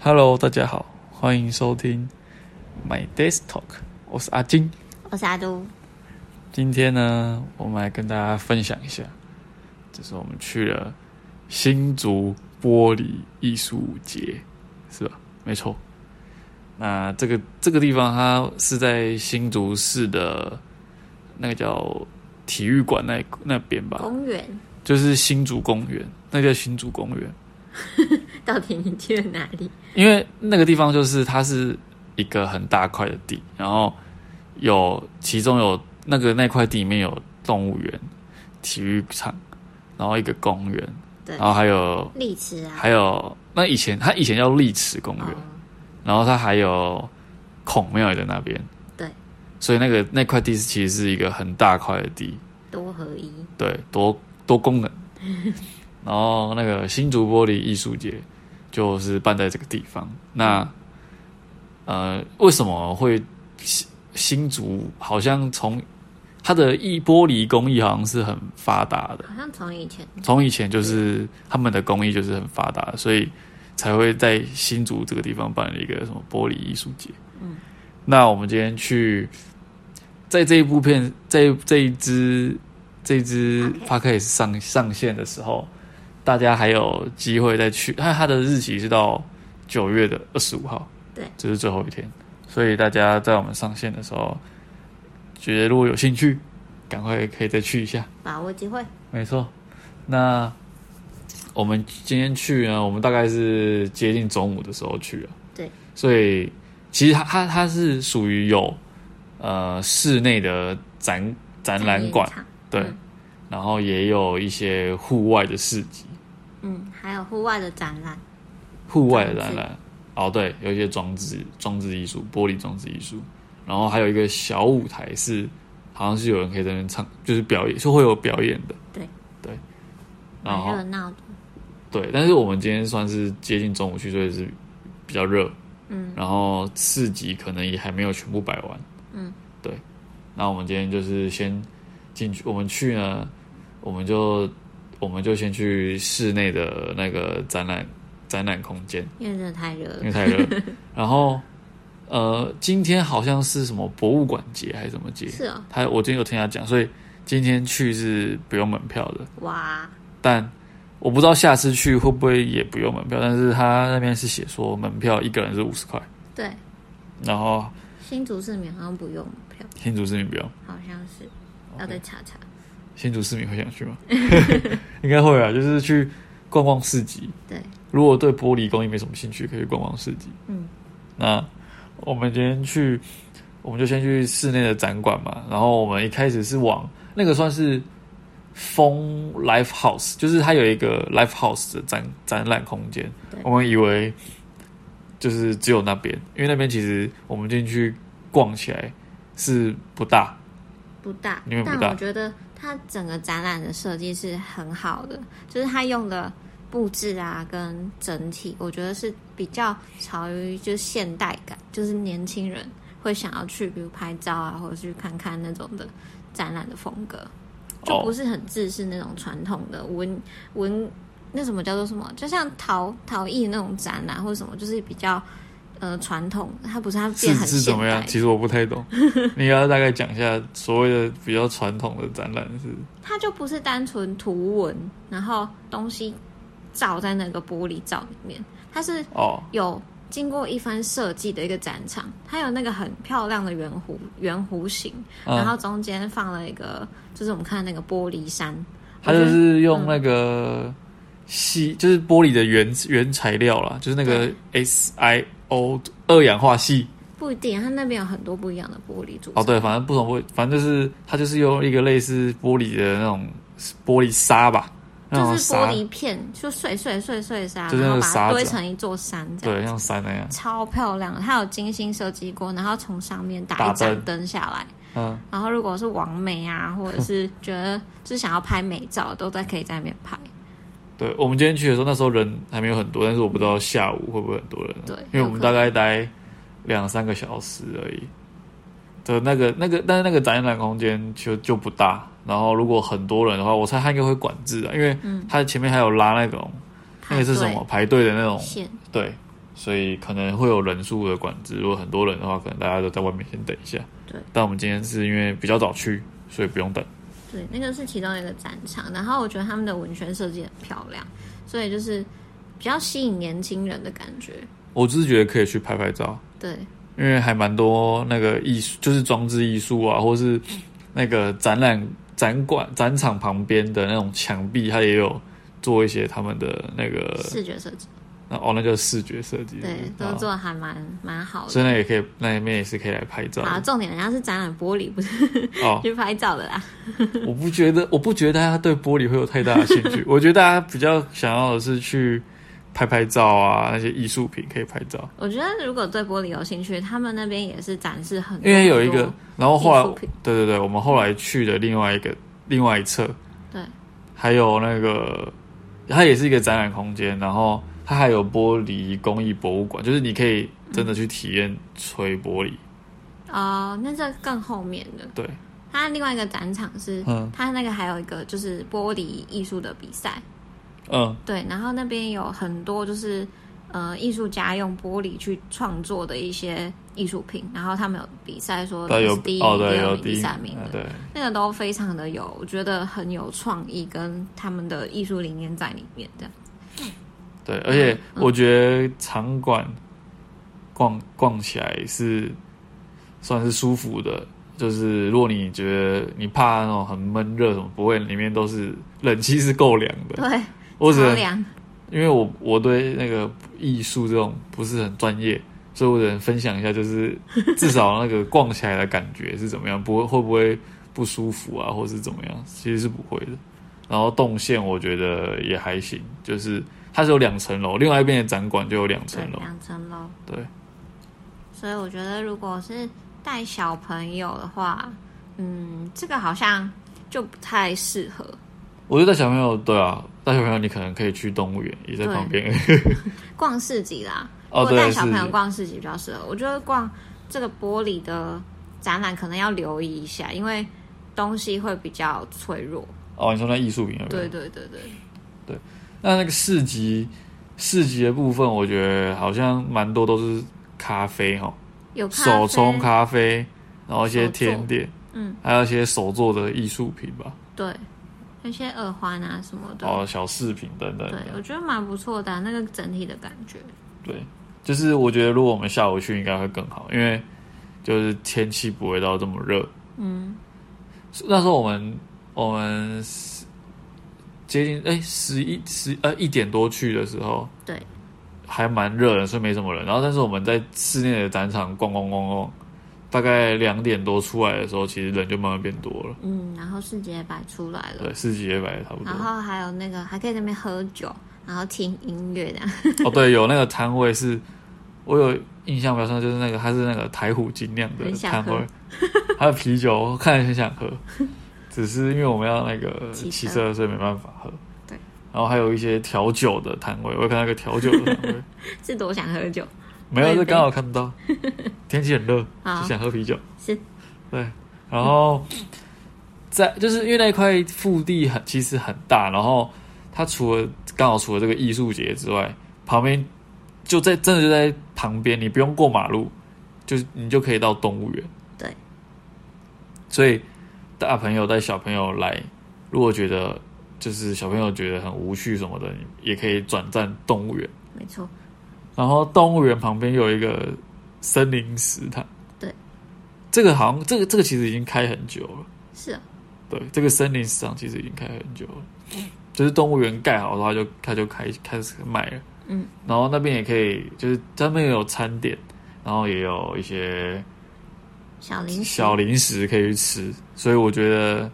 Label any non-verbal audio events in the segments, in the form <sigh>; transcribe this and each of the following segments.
Hello，大家好，欢迎收听 My Desk Talk，我是阿金。我是阿都，今天呢，我们来跟大家分享一下，就是我们去了新竹玻璃艺术节，是吧？没错。那这个这个地方，它是在新竹市的那个叫体育馆那那边吧，公园 <laughs> 就是新竹公园，那叫新竹公园。到底你去了哪里？因为那个地方就是它是一个很大块的地，然后有其中有那个那块地里面有动物园、体育场，然后一个公园，对然，后还有丽池啊，还有那以前它以前叫丽池公园，哦，然后它还有孔庙也在那边，对，所以那个那块地是其实是一个很大块的地，多合一，对，多多功能。然后那个新竹玻璃艺术节就是办在这个地方。那呃，为什么会新新竹好像从它的一玻璃工艺好像是很发达的，好像从以前从以前就是他们的工艺就是很发达，所以才会在新竹这个地方办了一个什么玻璃艺术节。嗯，那我们今天去，在这一部片这这一支这一支 p a c k a g e 上上线的时候，大家还有机会再去，它它的日期是到九月的二十五号，对这是最后一天，所以大家在我们上线的时候，觉得如果有兴趣，赶快可以再去一下。把握机会，没错，那我们今天去呢，我们大概是接近中午的时候去了。对，所以其实它它它是属于有呃室内的展展览馆展演，场对，嗯然后也有一些户外的市集，嗯，还有户外的展览，户外的展览。哦，对，有一些装置装置艺术，玻璃装置艺术，然后还有一个小舞台是，好像是有人可以在那边唱，就是表演，是会有表演的。对对，然后蛮热闹的，对，但是我们今天算是接近中午去，所以是比较热，嗯，然后市集可能也还没有全部摆完，嗯，对。那我们今天就是先进去，我们去呢，我们就我们就先去室内的那个展览展览空间，因为真的太热因为了，太热。然后呃，今天好像是什么博物馆节还是什么节，是哦，他我今天有听他讲，所以今天去是不用门票的。哇，但我不知道下次去会不会也不用门票，但是他那边是写说门票一个人是五十块，对，然后新竹市民好像不用票，新竹市民不用，好像是要再查查，新竹市民会想去吗？应该会啊，就是去逛逛市集。对，如果对玻璃工艺没什么兴趣，可以去逛逛市集。嗯，那我们今天去，我们就先去室内的展馆嘛。然后我们一开始是往那个算是风 live house，就是它有一个 live house 的展展览空间对。我们以为就是只有那边，因为那边其实我们进去逛起来是不大，不大因为，不但大我觉得它整个展览的设计是很好的，就是它用的布置啊跟整体，我觉得是比较潮于就是现代感，就是年轻人会想要去，比如拍照啊，或者去看看那种的展览的风格，就哦不是很自是那种传统的文文那什么叫做什么，就像陶陶艺那种展览或者什么，就是比较。呃，传统它不是它是变很是怎现么代样？，其实我不太 <laughs> 懂，你要大概讲一下所谓的比较传统的展览是它就不是单纯图文，然后东西照在那个玻璃罩里面，它是哦有经过一番设计的一个展场，它有那个很漂亮的圆弧圆弧形，嗯然后中间放了一个，就是我们看那个玻璃山，它就是嗯用那个细，就是玻璃的原原材料啦，就是那个 SiO 二氧化系。不一定，它那边有很多不一样的玻璃组成哦，对，反正不同玻璃，反正就是它就是用一个类似玻璃的那种玻璃沙吧，那就种是沙玻，璃片，就碎碎碎碎沙，就是那个然后把它沙子堆啊成一座山这样。对，像山那样。超漂亮的，它有精心设计过，然后从上面打打一盏灯灯下来，嗯，然后如果是网美啊，或者 <laughs> 是觉得就是想要拍美照，都在可以在那边拍。对，我们今天去的时候，那时候人还没有很多，但是我不知道下午会不会很多人啊、对因为我们有可能大概待两三个小时而已。的那个那个，但是那个展览空间就就不大。然后如果很多人的话，我猜他应该会管制的，因为嗯他前面还有拉那种、那排个队是什么排队的那种，线对，所以可能会有人数的管制。如果很多人的话，可能大家都在外面先等一下。对，但我们今天是因为比较早去，所以不用等。对，那个是其中一个展场，然后我觉得他们的文宣设计很漂亮，所以就是比较吸引年轻人的感觉。我只是觉得可以去拍拍照，对，因为还蛮多那个艺术，就是装置艺术啊，或是那个展览展馆展场旁边的那种墙壁，它也有做一些他们的那个视觉设计，那哦，那叫视觉设计，对，是不是都啊做得还蛮蛮好所以的。那也可以，那里面也是可以来拍照的啊，重点人家是展览玻璃，不是哦。去拍照的啦。 <laughs> 我不觉得，我不觉得大家对玻璃会有太大的兴 <laughs> 趣。我觉得大家比较想要的是去拍拍照啊，那些艺术品可以拍照。我觉得如果对玻璃有兴趣，他们那边也是展示很多，因为有一个，然后后来艺术品，对对对，我们后来去的另外一个另外一侧，对，还有那个，它也是一个展览空间，然后它还有玻璃工艺博物馆，就是你可以真的去体验吹玻璃。哦、那这更后面的。对，它另外一个展场是，嗯它那个还有一个就是玻璃艺术的比赛，嗯，对，然后那边有很多就是呃艺术家用玻璃去创作的一些艺术品，然后他们有比赛说对，有是第一、哦，第对，二有名、第一，三名啊的，对，那个都非常的有，我觉得很有创意跟他们的艺术理念在里面，这样对，嗯而且我觉得场馆逛逛起来是算是舒服的，就是如果你觉得你怕那种很闷热什么，不会，里面都是冷气是够凉的。对，我只超能凉，因为我我对那个艺术这种不是很专业，所以我只能分享一下，就是 <laughs> 至少那个逛起来的感觉是怎么样，不会会不会不舒服啊，或是怎么样，其实是不会的。然后动线我觉得也还行，就是它是有两层楼，另外一边的展馆就有两层对，楼，两层楼。对，所以我觉得，如果是带小朋友的话，嗯，这个好像就不太适合。我觉得带小朋友对啊，带小朋友你可能可以去动物园，也在旁 <laughs> 边逛市集啦，哦，如果带对，小朋友是逛市集比较适合。我觉得逛这个玻璃的展览可能要留意一下，因为东西会比较脆弱。哦，你说那艺术品那边，对对对对，那那个市集市集的部分，我觉得好像蛮多都是咖啡哈，有咖啡手冲，咖啡，然后一些甜点，嗯，还有一些手做的艺术品吧，对，那些耳环啊什么的，哦，小饰品等等对的，我觉得蛮不错的啊、那个整体的感觉。对，就是我觉得如果我们下午去应该会更好，因为就是天气不会到这么热。嗯，那时候我们我们十接近哎十一十呃一点多去的时候，对，还蛮热的，所以没什么人。然后但是我们在室内的展场逛逛逛逛，大概两点多出来的时候，其实人就慢慢变多了。嗯，然后市集也摆出来了，对，四级也摆的差不多然。后还有那个还可以在那边喝酒，然后听音乐这样。 <laughs> 哦，对，有那个摊位是，我有印象比较深，就是那个它是那个台虎精酿的很想摊喝位， <laughs> 还有啤酒，我看了很 <laughs> 想喝，只是因为我们要那个骑骑车车，所以没办法喝。对，然后还有一些调酒的摊位，我有看到一个调酒的 <laughs> 摊位，是多想喝酒，没有，对就对刚好看到，天气很热， <laughs> 好就想喝啤酒。是对，然后在就是因为那一块腹地很其实很大，然后它除了刚好除了这个艺术节之外，旁边就在真的就在旁边，你不用过马路，就是你就可以到动物园。对，所以大朋友带小朋友来，如果觉得就是小朋友觉得很无趣什么的，你也可以转战动物园。没错，然后动物园旁边有一个森林食堂。对，这个好像这个这个其实已经开很久了。是啊对，这个森林食堂其实已经开很久了，就是动物园盖好的话就它就开开始卖了。嗯，然后那边也可以，就是他们有餐点，然后也有一些小零食，小零食可以去吃，所以我觉得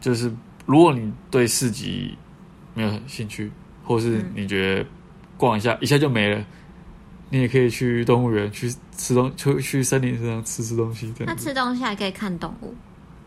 就是如果你对市集没有很兴趣，或是嗯你觉得逛一下一下就没了，你也可以去动物园去吃东 <laughs> 去去森林食堂吃吃东西这那样子。吃东西还可以看动物，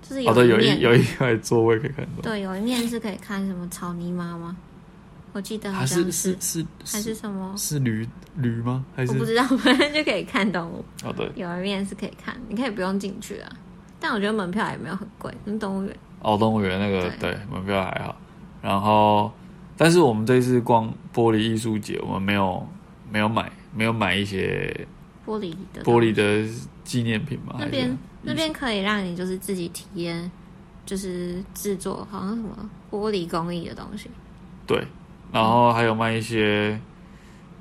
就是哦，有对，一有面一有一块座位可以看到，对有一面是可以看什么草泥马吗？我记得好还像是是是还是什么，是驴驴吗？还是我不知道， <laughs> 反正就可以看动物。哦对有一面是可以看，你可以不用进去啊。但我觉得门票也没有很贵，跟动物园哦动物园那个对对门票还好，然后但是我们这次逛玻璃艺术节，我们没有没有买，没有买一些玻璃的玻璃的纪念品吗？那还是边那边可以让你就是自己体验，就是制作好像什么玻璃工艺的东西，对，然后还有卖一些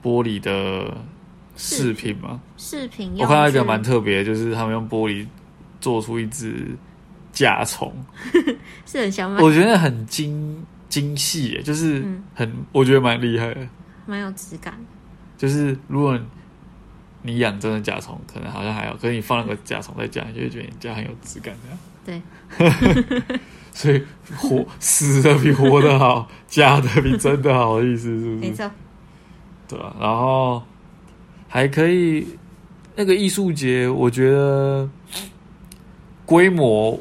玻璃的饰品嘛。饰品我用看到一个嗯具蛮特别的，就是他们用玻璃做出一只甲虫，是很想买，我觉得很精精细耶，就是嗯很我觉得蛮厉害的。蛮有质感的。就是如果你养真的甲虫，可能好像还好，可是你放那个甲虫在家，你就会觉得你家很有质感这样。对，所以活死的比活的好，假的比真的好的意思是不没是？错，对啊，然后还可以那个艺术节，我觉得规模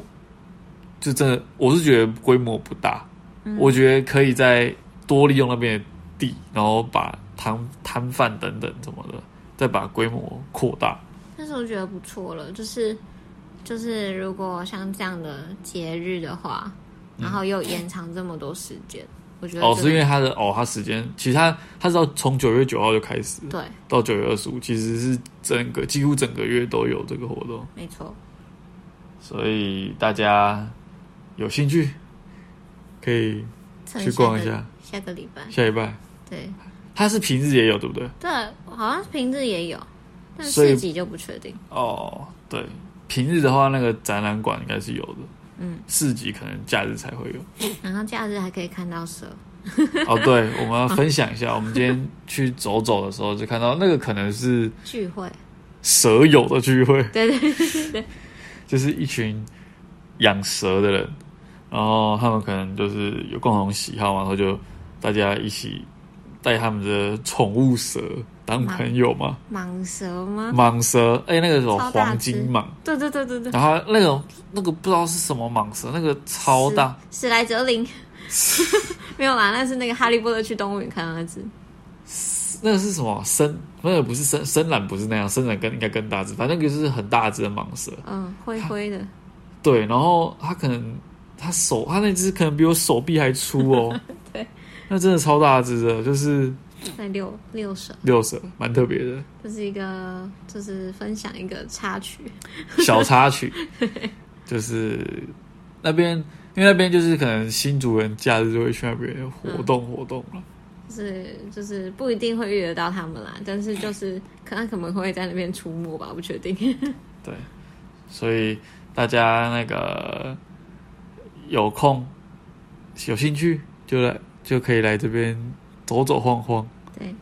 就真的，我是觉得规模不大，嗯我觉得可以再多利用那边的地，然后把摊摊贩等等什么的，再把规模扩大。但是我觉得不错了，就是就是如果像这样的节日的话，然后又延长这么多时间，我觉得哦，啊这是因个为它的哦，它时间其实它它是要从九月九号就开始，对，到九月二十五，其实是整个几乎整个月都有这个活动，没错，所以大家有兴趣可以趁去下逛一个下，下个礼拜，下一拜。对它是平日也有，对不对？对，好像平日也有，但所以市集就不确定。哦，对，平日的话，那个展览馆应该是有的，嗯，市集可能假日才会有。然后假日还可以看到蛇，哦，对，我们要分享一下，我们今天去走走的时候，就看到那个可能是聚会，蛇友的聚会，对对就是一群养蛇的人，然后他们可能就是有共同喜好嘛，然后就大家一起带他们的宠物蛇当朋友嘛，蟒蛇 <laughs> 吗？蟒蛇，哎、那个什么超大黄只金蟒，对对对对对，然后那种那个不知道是什么蟒蛇，那个超大，史莱哲林， <laughs> 没有啦，那是那个哈利波特去动物园看到那只，那个是什么深？那个不是深深蓝，不是那样，深蓝更应该更大只，反正就是很大只的蟒蛇。嗯，灰灰的，对，然后它可能它手，它那只可能比我手臂还粗哦。 <laughs> 对，那真的超大只的，就是那六六蛇，六蛇，蛮特别 <laughs> 的这是一个就是分享一个插曲，小插曲。就是那边，因为那边就是可能新主人假日就会去那边活动嗯活动了。就是就是不一定会遇得到他们啦，但是就是可能可能会在那边出没吧，不确定。 <laughs> 对，所以大家那个有空、有兴趣就来，就可以来这边走走晃晃，对，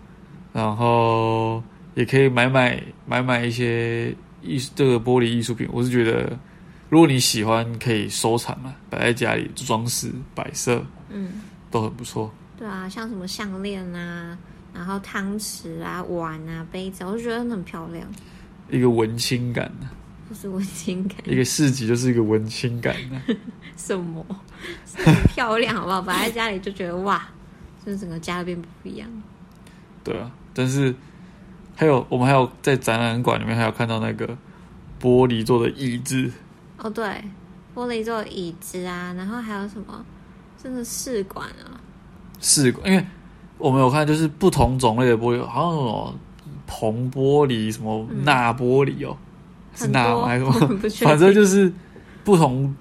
然后也可以买买买买一些艺术这个玻璃艺术品。我是觉得，如果你喜欢，可以收藏啊，摆在家里装饰、摆设嗯，都很不错。对啊，像什么项链啊，然后汤匙啊、碗啊、杯子啊，我就觉得很漂亮，一个文青感啊，就是温馨感。一个市集就是一个文青感啊。什么？是很漂亮，好不好？摆在家里就觉得哇，就是整个家变不一样。对啊，但是还有我们还有在展览馆里面还有看到那个玻璃做的椅子，哦，对，玻璃做椅子啊，然后还有什么？真的试管啊，是因为我们有看就是不同种类的玻璃，好像什么硼玻璃、什么钠玻璃哦，是嗯很钠吗多还是什么？ <laughs> 不确定反正就是不同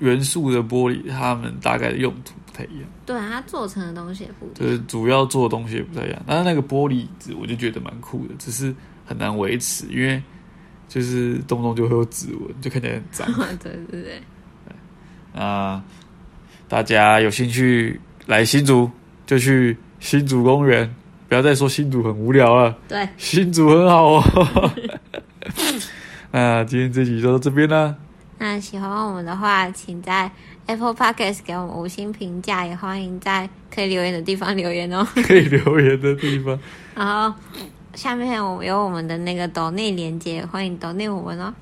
元素的玻璃，它们大概的用途不太一样，对啊，它做成的东西也不一就样。是主要做的东西也不太一样。但是那个玻璃椅子我就觉得蛮酷的，只是很难维持，因为就是动不动就会有指纹，就看起来很脏。对对对，那大家有兴趣来新竹，就去新竹公园，不要再说新竹很无聊了，对，新竹很好哦。 <laughs> 那今天这集就到这边啦，那喜欢我们的话，请在 Apple Podcast 给我们五星评价，也欢迎在可以留言的地方留言哦。 <laughs> 可以留言的地方，然后下面我们有我们的那个抖内连接，欢迎抖内我们哦，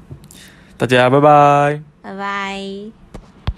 大家拜拜。拜拜。